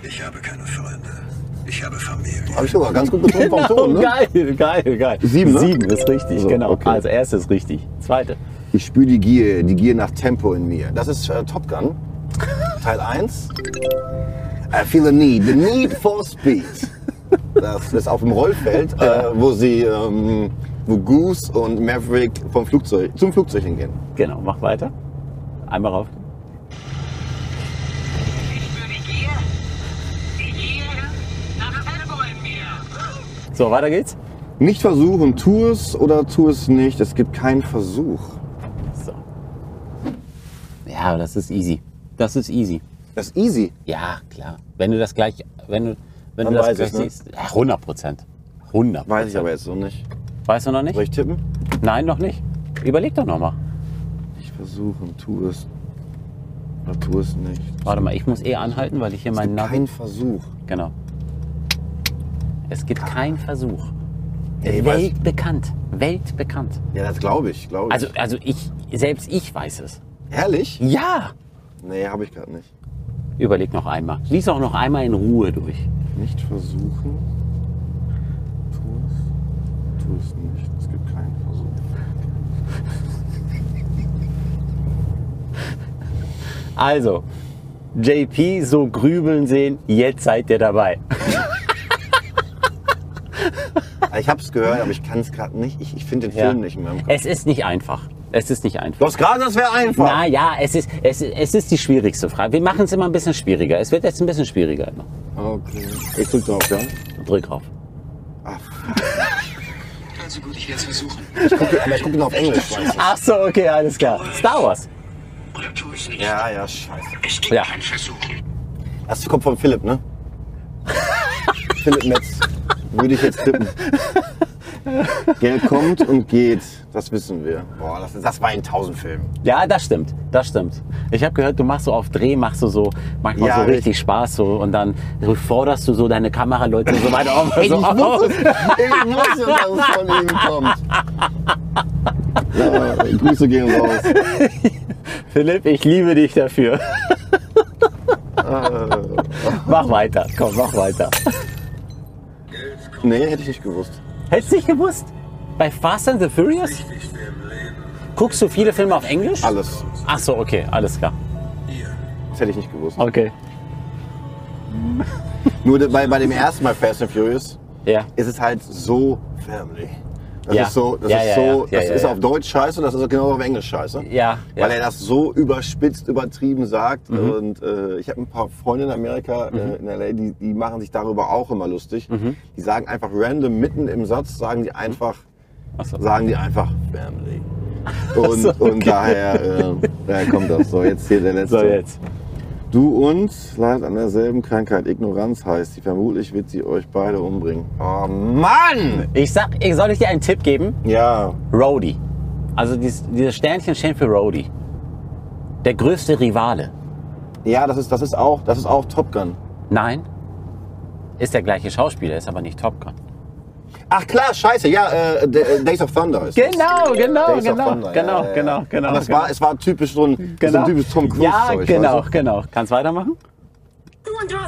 Ich habe keine Freunde. Ich habe Familie. Habe ich sogar ganz gut betont vom Ton, ne? Oh, Geil, geil, geil. Sieben, ne? Sieben ist richtig, So, genau. okay. Also erste ist richtig. Zweite. Ich spüre die Gier, die Gier nach Tempo in mir. Das ist äh, Top Gun, Teil 1. I feel the need, the need for speed. Das ist auf dem Rollfeld, äh, wo sie, ähm, wo Goose und Maverick vom Flugzeug, zum Flugzeug hingehen. Genau, mach weiter. Einmal rauf. So, weiter geht's. Nicht versuchen, tu es oder tu es nicht. Es gibt keinen Versuch. So. Ja, das ist easy. Das ist easy. Das ist easy. Ja, klar. Wenn du das gleich, wenn du, wenn Man du das weiß gleich es, ne? siehst. Ja, 100 Prozent. 100 Weiß ich aber jetzt noch nicht. Weißt du noch nicht? Soll ich tippen? Nein, noch nicht. Überleg doch noch mal. Nicht versuchen, tu es oder tu es nicht. Warte mal, ich muss eh anhalten, weil ich hier meinen Navi Kein Versuch. Genau. Es gibt keinen Versuch. Ey, was? Weltbekannt. Weltbekannt. Ja, das glaube ich, glaube ich. Also, also ich, selbst ich weiß es. Ehrlich? Ja! Nee, habe ich gerade nicht. Überleg noch einmal. Lies auch noch einmal in Ruhe durch. Nicht versuchen. Tu es. Tu es nicht. Es gibt keinen Versuch. Also, JP so grübeln sehen, jetzt seid ihr dabei. Ah, Ich habe es gehört, aber ich kann es gerade nicht. Ich, ich finde den Film nicht in meinem Kopf. Es ist nicht einfach. Es ist nicht einfach. Du hast gerade, das wäre einfach. Na ja, es ist, es, ist- es ist die schwierigste Frage. Wir machen es immer ein bisschen schwieriger. Es wird jetzt ein bisschen schwieriger. Immer. Okay. Ich drück drauf, ja? Drück drauf. Also gut, ich werde es versuchen. Ich gucke, aber ich gucke nur auf Englisch. Weißt Ach so, okay, alles klar. Star Wars. Oder tue es du? nicht. Ja, ja, scheiße. Es gibt Ja. kein Versuchen. Das kommt von Philipp, ne? Philipp Metz. Würde ich jetzt tippen. Geld kommt und geht. Das wissen wir. Boah, das, das war in tausend Filmen. Ja, das stimmt, das stimmt. Ich habe gehört, du machst so auf Dreh, machst du so manchmal Ja, so richtig, richtig. Spaß so und dann forderst du so deine Kameraleute und so weiter auf. so ich auf. wusste, ich wusste, dass es von ihm kommt. Ja, Grüße gehen raus. Philipp, ich liebe dich dafür. mach weiter, komm, mach weiter. Nee, hätte ich nicht gewusst. Hättest du nicht gewusst? Bei Fast and the Furious guckst du viele Filme auf Englisch? Alles. Ach so, okay, alles klar. Das hätte ich nicht gewusst. Okay. Nur bei, bei dem ersten Mal Fast and Furious Ja. ist es halt so family. Das Ja. ist so, das Ja, ist ja, so, ja. Ja, das ja, ist ja. auf Deutsch scheiße und das ist auch genau auf Englisch scheiße. Ja, Mhm. ja. Weil er das so überspitzt, übertrieben sagt. Und äh, ich habe ein paar Freunde in Amerika, Mhm. äh, in LA, die, die machen sich darüber auch immer lustig. Die sagen einfach random mitten im Satz, sagen die einfach, so. sagen die einfach Family. Und, und daher, äh, daher kommt das. So, jetzt hier der letzte. So, jetzt. Du und leidet an derselben Krankheit. Ignoranz heißt sie. Vermutlich wird sie euch beide umbringen. Oh Mann! Ich sag, ich- soll ich dir einen Tipp geben? Ja, Rhodey. Also dieses, dieses Sternchen steht für Rhodey. Der größte Rivale. ja, das ist, das ist auch, das ist auch Top Gun. Nein. Ist der gleiche Schauspieler, ist aber nicht Top Gun. Ach klar, scheiße, ja, äh, D- äh, Days of Thunder ist das. Genau, genau, Days of Thunder, ja, ja, ja. Und das war, es war typisch so ein, so ein typisch Tom Cruise Genau. Ja, Zeug, genau, weißt genau. Kannst weitermachen?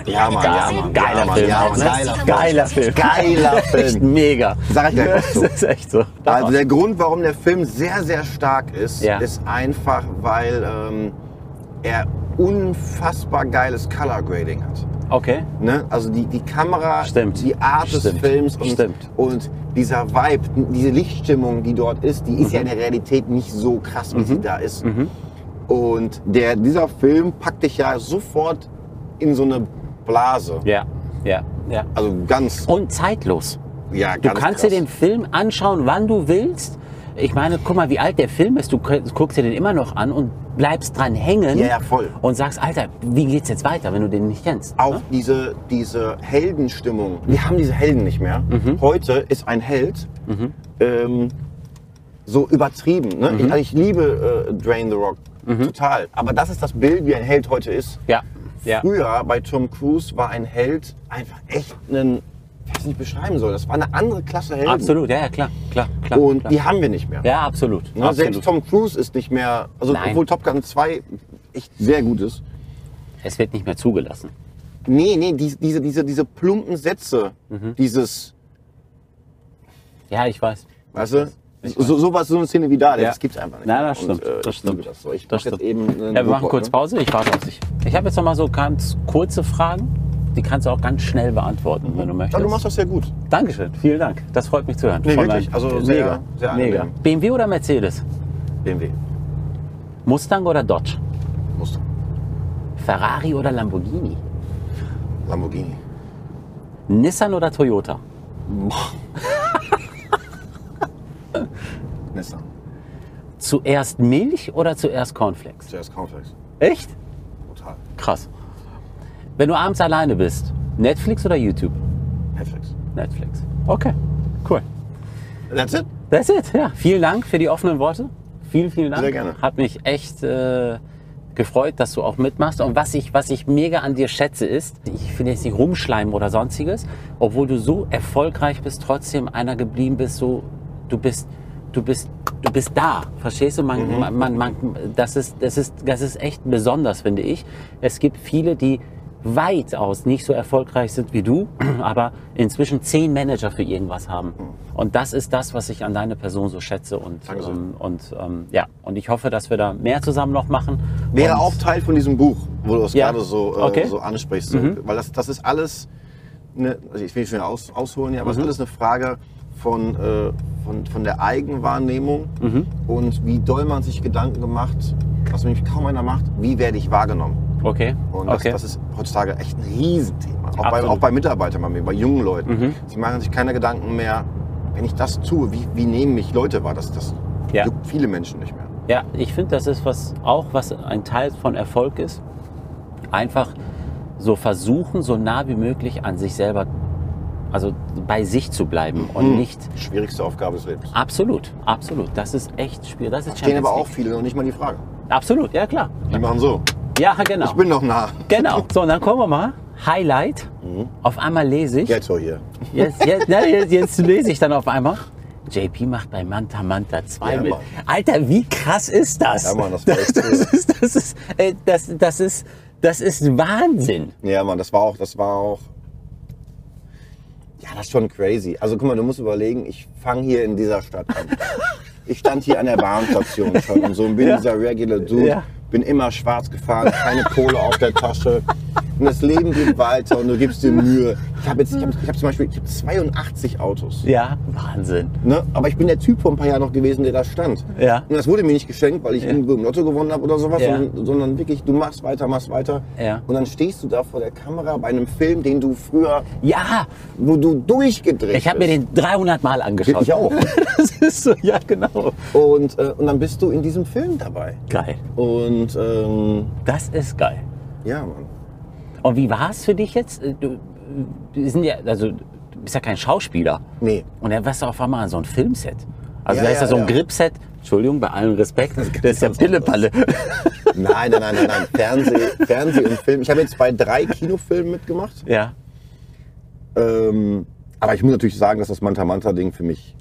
du? Ja, Mann, ja, Mann. ja, Geiler Mann, Film. Ja, auch, Mann, ne? geiler Film. geiler Film. Geiler Echt Film. mega. Sag ich gleich was Das zu. ist echt so. Also der Grund, warum der Film sehr, sehr stark ist, Ja. ist einfach, weil ähm, er unfassbar geiles Color Grading hat. Okay. Ne? Also die, die Kamera, Stimmt. die Art des Stimmt. Films und, Stimmt. und dieser Vibe, diese Lichtstimmung, die dort ist, die ist Mhm. ja in der Realität nicht so krass, wie sie da ist. Und der, dieser Film packt dich ja sofort in so eine Blase. Ja, ja, ja. Also ganz, Und zeitlos. ja, Du ganz kannst krass. dir den Film anschauen, wann du willst. Ich meine, guck mal, wie alt der Film ist. Du k- guckst dir den immer noch an und bleibst dran hängen. Ja, ja, voll. Und sagst, Alter, wie geht's jetzt weiter, wenn du den nicht kennst? Ne? auch diese, diese Heldenstimmung. Wir haben diese Helden nicht mehr. Mhm. Heute ist ein Held ähm, so übertrieben. Ne? Mhm. Ich, also ich liebe äh, Drain the Rock total. Aber das ist das Bild, wie ein Held heute ist. Ja, ja. Früher bei Tom Cruise war ein Held einfach echt ein, ich weiß nicht beschreiben soll, das war eine andere Klasse Helden. Absolut, ja, ja, klar, klar, klar. Und klar. die haben wir nicht mehr. ja, absolut. Ne? absolut. Selbst Tom Cruise ist nicht mehr, also Nein. obwohl Top Gun 2 echt sehr gut ist. es wird nicht mehr zugelassen. Nee, nee, die, diese, diese, diese plumpen Sätze, Mhm. dieses, Ja, ich weiß. weißt du, Also, so, sowas, so eine Szene wie da, Ja. das gibt's einfach nicht. Nein, das Und, stimmt. äh, das ich liebe stimmt. Das so. Ich das mach jetzt eben einen ja, wir machen Ruckrock, kurz ne? Pause. Ich warte auf dich. Ich habe jetzt noch mal so ganz kurze Fragen. Die kannst du auch ganz schnell beantworten, wenn du möchtest. Ja, du machst das sehr gut. Dankeschön, vielen Dank. Das freut mich zu hören. Nee, Von wirklich. meinem- Also sehr- mega, sehr mega. angenehm. BMW oder Mercedes? BMW. Mustang oder Dodge? Mustang. Ferrari oder Lamborghini? Lamborghini. Nissan oder Toyota? Nissan. Zuerst Milch oder zuerst Cornflakes? Zuerst Cornflakes. Echt? Total. Krass. Wenn du abends alleine bist, Netflix oder YouTube? Netflix. Netflix. Okay, cool. That's it. That's it, ja. Vielen Dank für die offenen Worte. Vielen, vielen Dank. Sehr gerne. Hat mich echt äh, gefreut, dass du auch mitmachst. Und was ich, was ich mega an dir schätze, ist, ich will jetzt nicht rumschleimen oder sonstiges, obwohl du so erfolgreich bist, trotzdem einer geblieben bist, so, du bist, du bist, du bist da. Verstehst du? Man, man, man, man, das, ist, das, ist, das ist echt besonders, finde ich. Es gibt viele, die weitaus nicht so erfolgreich sind wie du, aber inzwischen zehn Manager für irgendwas haben. Und das ist das, was ich an deine Person so schätze. Und, Dankeschön. ähm, und ähm, ja, und ich hoffe, dass wir da mehr zusammen noch machen. Wäre und, auch Teil von diesem Buch, wo du das Ja. gerade so, äh, Okay. Mhm. so ansprichst. So. Weil das, das ist alles, eine, also ich will nicht schon aus, ausholen, ja, aber es Mhm. ist alles eine Frage von, äh, von, von der Eigenwahrnehmung Mhm. und wie doll man sich Gedanken gemacht, was nämlich kaum einer macht, wie werde ich wahrgenommen. Okay. Und okay. das, das ist heutzutage echt ein Riesenthema. Auch bei, Absolut. Mhm. auch bei Mitarbeitern bei mir, bei jungen Leuten. Sie machen sich keine Gedanken mehr, wenn ich das tue, wie, wie nehmen mich Leute wahr? Das, das Ja. juckt viele Menschen nicht mehr. ja, ich finde, das ist was, auch was ein Teil von Erfolg ist. Einfach so versuchen, so nah wie möglich an sich selber, also bei sich zu bleiben Mhm. und nicht. Schwierigste Aufgabe des Lebens. Absolut, absolut. Das ist echt Spiel. Das ist Stehen Champions aber auch League. viele noch nicht mal die Frage. Absolut, ja klar. Die machen so. Ja, genau. Ich bin noch nah. genau. So, und dann kommen wir mal. Highlight. Mhm. Auf einmal lese ich. Jetzt so hier. Jetzt, jetzt, na, jetzt, jetzt lese ich dann auf einmal. JP macht bei Manta Manta 2 Ja, mit. Mann. Alter, wie krass ist das? Ja, Mann, das war das, echt das ist, das ist, ey, das, das ist, das ist Wahnsinn. Ja, Mann, das war auch, das war auch. Ja, das ist schon crazy. Also guck mal, du musst überlegen, ich fange hier in dieser Stadt an. Ich stand hier an der Bahnstation schon und so und bin Ja. dieser regular Dude, Ja. bin immer schwarz gefahren, keine Kohle auf der Tasche, und das Leben geht weiter und du gibst dir Mühe. Ich habe jetzt, ich habe ich hab zum Beispiel ich hab 82 Autos. Ja, Wahnsinn. Ne? Aber ich bin der Typ vor ein paar Jahren noch gewesen, der da stand. Ja. Und das wurde mir nicht geschenkt, weil ich irgendwo im Lotto gewonnen habe oder sowas, Ja. sondern, sondern wirklich, du machst weiter, machst weiter. Ja. Und dann stehst du da vor der Kamera bei einem Film, den du früher, Ja, wo du durchgedreht ich habe mir bist. den 300 Mal angeschaut. Ich auch. Das ist so, ja genau. Und, äh, und dann bist du in diesem Film dabei. Geil. Und ähm, Das ist geil. ja, Mann. Und wie war es für dich jetzt? Äh, Du wir sind ja, also, du bist ja kein Schauspieler. Nee. Und dann warst du auf einmal an so ein Filmset. Also Ja, da ist ja, ja so ein ja. Gripset. Entschuldigung, bei allem Respekt, das ist ja Pillepalle. Nein, nein, nein, nein, nein. Fernseh, Fernseh und Film. Ich habe jetzt bei drei Kinofilmen mitgemacht. Ja, Ähm, aber ich muss natürlich sagen, dass das Manta Manta-Ding für mich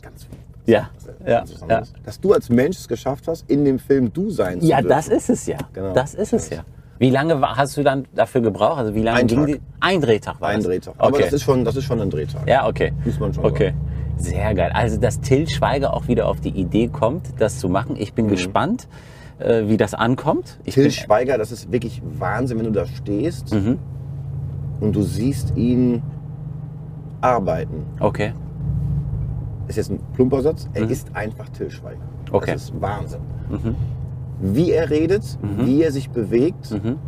ganz ja, ja, ganz was ja. anderes ist. Also Dass du als Mensch es geschafft hast, in dem Film du sein zu Ja, dürfen. das ist es ja. Genau. Das ist es ja. Wie lange war- hast du dann dafür gebraucht? Also wie lange Ein ging Tag. die? Ein Drehtag war ein das. Drehtag. Okay. Aber das ist, schon, das ist schon ein Drehtag. ja, okay. Muss man schon Okay. Sehr geil. Also, dass Till Schweiger auch wieder auf die Idee kommt, das zu machen. Ich bin gespannt, äh, wie das ankommt. Ich Mhm. Till bin, Schweiger, das ist wirklich Wahnsinn, wenn du da stehst Mhm. und du siehst ihn arbeiten. okay. ist jetzt ein plumper Satz, er ist einfach Till Schweiger. Mhm. Okay. Mhm. Das ist Wahnsinn. Wie er redet, wie er sich bewegt. Mhm.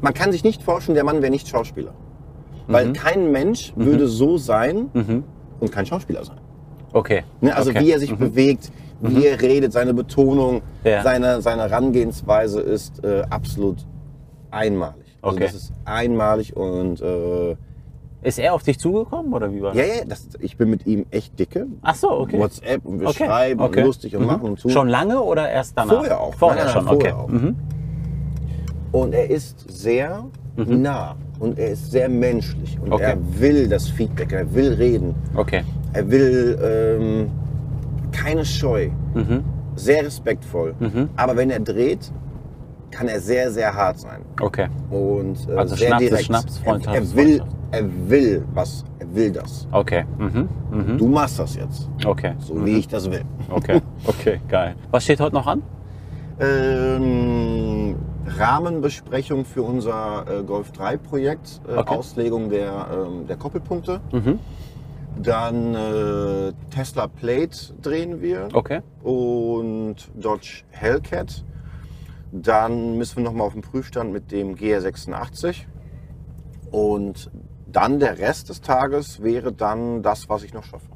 Man kann sich nicht forschen, der Mann wäre nicht Schauspieler. Mhm. Weil kein Mensch würde so sein und kein Schauspieler sein. Okay. Ne? Also Mhm. okay. Mhm. wie er sich bewegt, wie er redet, seine Betonung, Ja. seine, seine Herangehensweise ist äh, absolut einmalig. Also Okay. das ist einmalig und äh, Ist er auf dich zugekommen oder wie war das? ja, ja, das, ich bin mit ihm echt dicke. Ach so, okay. WhatsApp und wir Okay, schreiben okay. Mhm. und lustig und machen und tun. Schon lange oder erst danach? vorher auch. Vorher Nein, nein, schon, nein, okay. vorher auch. Mhm. Und er ist sehr nah und er ist sehr menschlich und Mhm. Okay. er will das Feedback, er will reden, Okay. er will ähm, keine Scheu, Mhm. sehr respektvoll. Aber wenn er dreht, kann er sehr, sehr hart sein Okay. und äh, Also sehr Schnaps ist direkt. Schnaps, Freund er, hat er will, Freundschaft. er will was, er will das. Okay. Mhm. Mhm. Du machst das jetzt, Okay. Mhm. so wie ich das will. Okay. Okay, geil. Was steht heute noch an? Ähm, Rahmenbesprechung für unser äh, Golf 3 Projekt, äh, Okay. Mhm. Auslegung der, ähm, der Koppelpunkte. Dann äh, Tesla Plate drehen wir Okay. Oh. und Dodge Hellcat. Dann müssen wir nochmal auf den Prüfstand mit dem GR86. Und dann der Rest des Tages wäre dann das, was ich noch schaffe.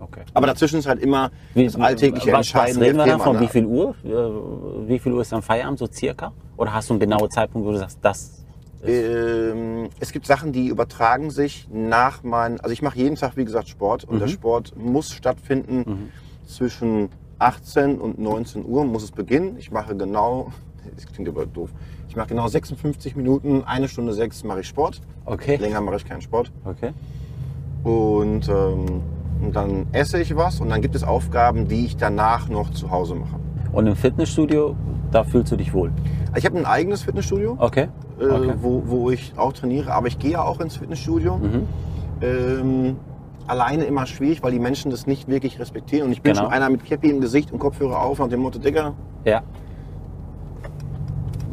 Okay. Aber dazwischen ist halt immer das alltägliche was, was Entscheiden reden wir der da Firma. von? Wie ne? viel Uhr? Äh, Wie viel Uhr ist dann Feierabend so circa? Oder hast du einen genauen Zeitpunkt, wo du sagst, das? Ähm, es gibt Sachen, die übertragen sich nach meinen. Also ich mache jeden Tag, wie gesagt, Sport und der Sport muss stattfinden zwischen 18 und 19 Uhr muss es beginnen. Ich mache genau, das klingt aber doof, ich mache genau 56 Minuten, eine Stunde sechs mache ich Sport. Okay. Länger mache ich keinen Sport. Okay. Und, ähm, und dann esse ich was und dann gibt es Aufgaben, die ich danach noch zu Hause mache. Und im Fitnessstudio, da fühlst du dich wohl? Ich habe ein eigenes Fitnessstudio. Okay. äh, Okay. wo, wo ich auch trainiere. Aber ich gehe ja auch ins Fitnessstudio. Mhm. Ähm, alleine immer schwierig, weil die Menschen das nicht wirklich respektieren. Und ich bin Genau. schon einer mit Käppi im Gesicht und Kopfhörer auf nach dem Motto, Digga, Ja.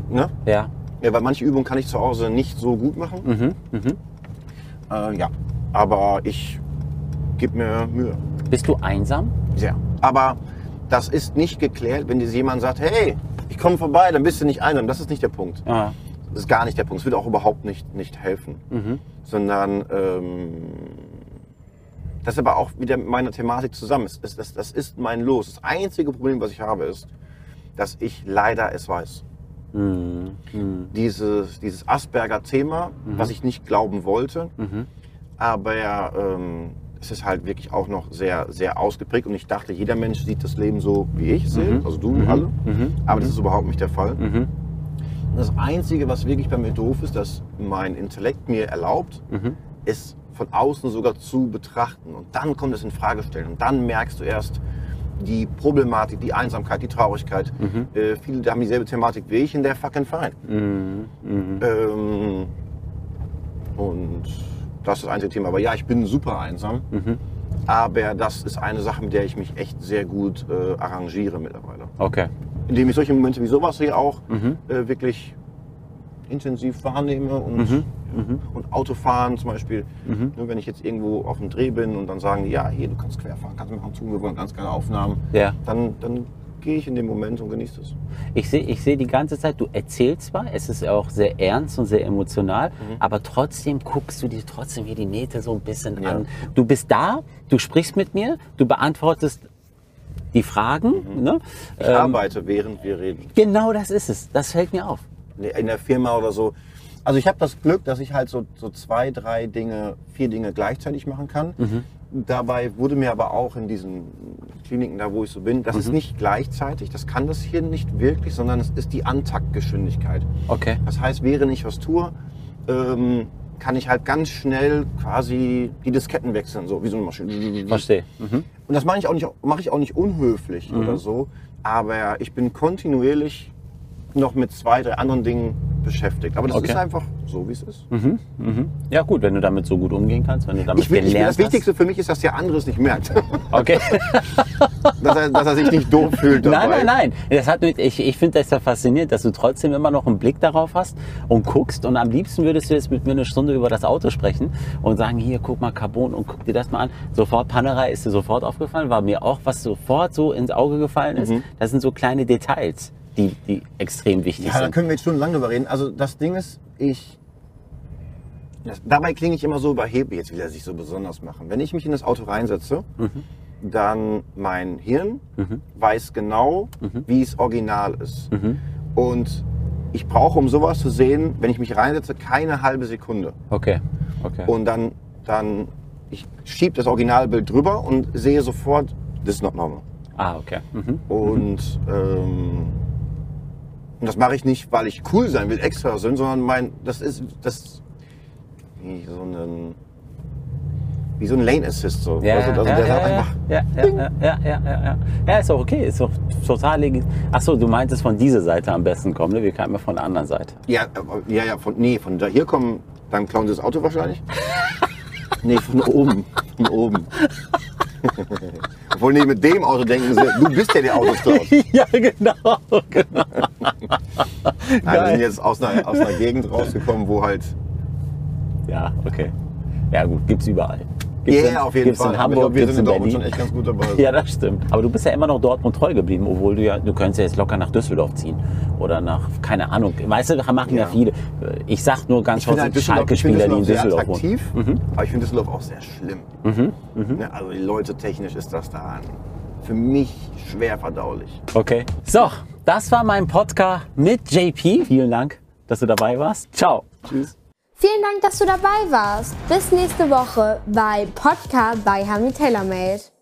ne? Ja. Ja, weil manche Übungen kann ich zu Hause nicht so gut machen. Mhm, Äh, ja, aber ich gebe mir Mühe. Bist du einsam? Sehr. Aber das ist nicht geklärt, wenn dir jemand sagt, hey, ich komme vorbei, dann bist du nicht einsam. Das ist nicht der Punkt. Ja. Das ist gar nicht der Punkt. Es wird auch überhaupt nicht, nicht helfen. Sondern ähm, das ist aber auch wieder mit meiner Thematik zusammen. Es, es, das, das ist mein Los. Das einzige Problem, was ich habe, ist, dass ich leider es weiß. Mhm. Dieses, dieses Asperger-Thema, was ich nicht glauben wollte, aber ähm, es ist halt wirklich auch noch sehr, sehr ausgeprägt. Und ich dachte, jeder Mensch sieht das Leben so, wie ich es sehe, also du, alle. Aber das ist überhaupt nicht der Fall. Das Einzige, was wirklich bei mir doof ist, dass mein Intellekt mir erlaubt, es von außen sogar zu betrachten. Und dann kommt es in Frage stellen. Und dann merkst du erst die Problematik, die Einsamkeit, die Traurigkeit. Äh, viele haben dieselbe Thematik wie ich in der fucking Verein. Ähm, und das ist das einzige Thema. Aber ja, ich bin super einsam. Aber das ist eine Sache, mit der ich mich echt sehr gut äh, arrangiere mittlerweile. Okay. indem ich solche Momente wie sowas hier auch äh, wirklich intensiv wahrnehme und, und Autofahren zum Beispiel. Ne, wenn ich jetzt irgendwo auf dem Dreh bin und dann sagen die, ja, hier, du kannst querfahren, kannst machen, tun, wir wollen ganz geile Aufnahmen, Ja. dann, dann gehe ich in den Moment und genieße es. Ich sehe ich seh die ganze Zeit, du erzählst zwar, es ist auch sehr ernst und sehr emotional, aber trotzdem guckst du dir trotzdem hier die Nähte so ein bisschen Ja. an. Du bist da, du sprichst mit mir, du beantwortest die Fragen. Ne? Ich arbeite, während wir reden. Genau das ist es. Das fällt mir auf. in der Firma oder so. Also ich habe das Glück, dass ich halt so, so zwei, drei Dinge, vier Dinge gleichzeitig machen kann. Dabei wurde mir aber auch in diesen Kliniken, da wo ich so bin, das ist nicht gleichzeitig, das kann das hier nicht wirklich, sondern es ist die Antaktgeschwindigkeit. Okay. Das heißt, während ich was tue, ähm, kann ich halt ganz schnell quasi die Disketten wechseln, so wie so eine Maschine. Verstehe. Und das mache ich auch nicht, mache ich auch nicht unhöflich Mhm. oder so, aber ich bin kontinuierlich noch mit zwei, drei anderen Dingen beschäftigt. Aber das Okay. Mhm. ist einfach so, wie es ist. Ja gut, wenn du damit so gut umgehen kannst, wenn du damit Ich will, ich will, das gelernt Wichtigste für mich ist, dass der andere es nicht merkt. hast. Okay. dass, er, dass er sich nicht doof fühlt dabei. Nein, nein, nein. Das hat mit, ich ich finde das ja faszinierend, dass du trotzdem immer noch einen Blick darauf hast und guckst. Und am liebsten würdest du jetzt mit mir eine Stunde über das Auto sprechen und sagen, hier, guck mal Carbon und guck dir das mal an. Sofort Panerai ist dir sofort aufgefallen, war mir auch, was sofort so ins Auge gefallen Mhm. ist. Das sind so kleine Details, die, die extrem wichtig Ja, da sind. können wir jetzt stundenlang drüber reden. Also das Ding ist, ich... Das, dabei klinge ich immer so überheblich, jetzt will er sich so besonders machen. Wenn ich mich in das Auto reinsetze, dann mein Hirn weiß genau, wie es original ist. Und ich brauche, um sowas zu sehen, wenn ich mich reinsetze, keine halbe Sekunde. Okay, okay. Und dann, dann ich schiebe das Originalbild drüber und sehe sofort, this is not normal. ah, okay. Mhm. Und ähm, und das mache ich nicht, weil ich cool sein will, extra sind, sondern mein, das ist das wie so ein wie so ein Lane Assist so. Ja, Weißt du, also ja, der ja, sagt ja, einfach, ja, ja, ja, ja, ja, ja. ja, ist auch okay, ist auch total legitim. Achso, du meintest von dieser Seite am besten kommen, ne? Wir kamen ja von der anderen Seite. ja, aber- ja, ja, von nee, von da hier kommen, dann klauen sie das Auto wahrscheinlich. nee, von oben, von oben. Obwohl, nee, mit dem Auto denken sie, du bist ja der Autos klaut. ja, genau, genau. Nein, wir Geil. Also sind jetzt aus einer, aus einer Gegend rausgekommen, wo halt. Ja, okay. Ja gut, gibt's überall. Ja, Gibt's in- auf jeden gibt's Fall. in Aber ich Hamburg, glaub, wir gibt's in sind in Dortmund Berlin. schon echt ganz gut dabei. ja, das stimmt. Aber du bist ja immer noch Dortmund treu geblieben, obwohl du ja, du könntest ja jetzt locker nach Düsseldorf ziehen oder nach, keine Ahnung. Weißt du, machen ja, Ja. viele. Ich sag nur ganz Ich finde kurz, halt Düsseldorf, ich find Schalke-Spieler, die in Düsseldorf sehr Düsseldorf wohnen. Mhm. attraktiv, aber ich finde Düsseldorf auch sehr schlimm. Ne, also die Leute technisch ist das da für mich schwer verdaulich. Okay. So, das war mein Podcast mit JP. Vielen Dank, dass du dabei warst. Ciao. Vielen Dank, dass du dabei warst. Bis nächste Woche bei Podcast bei Hami TaylorMade.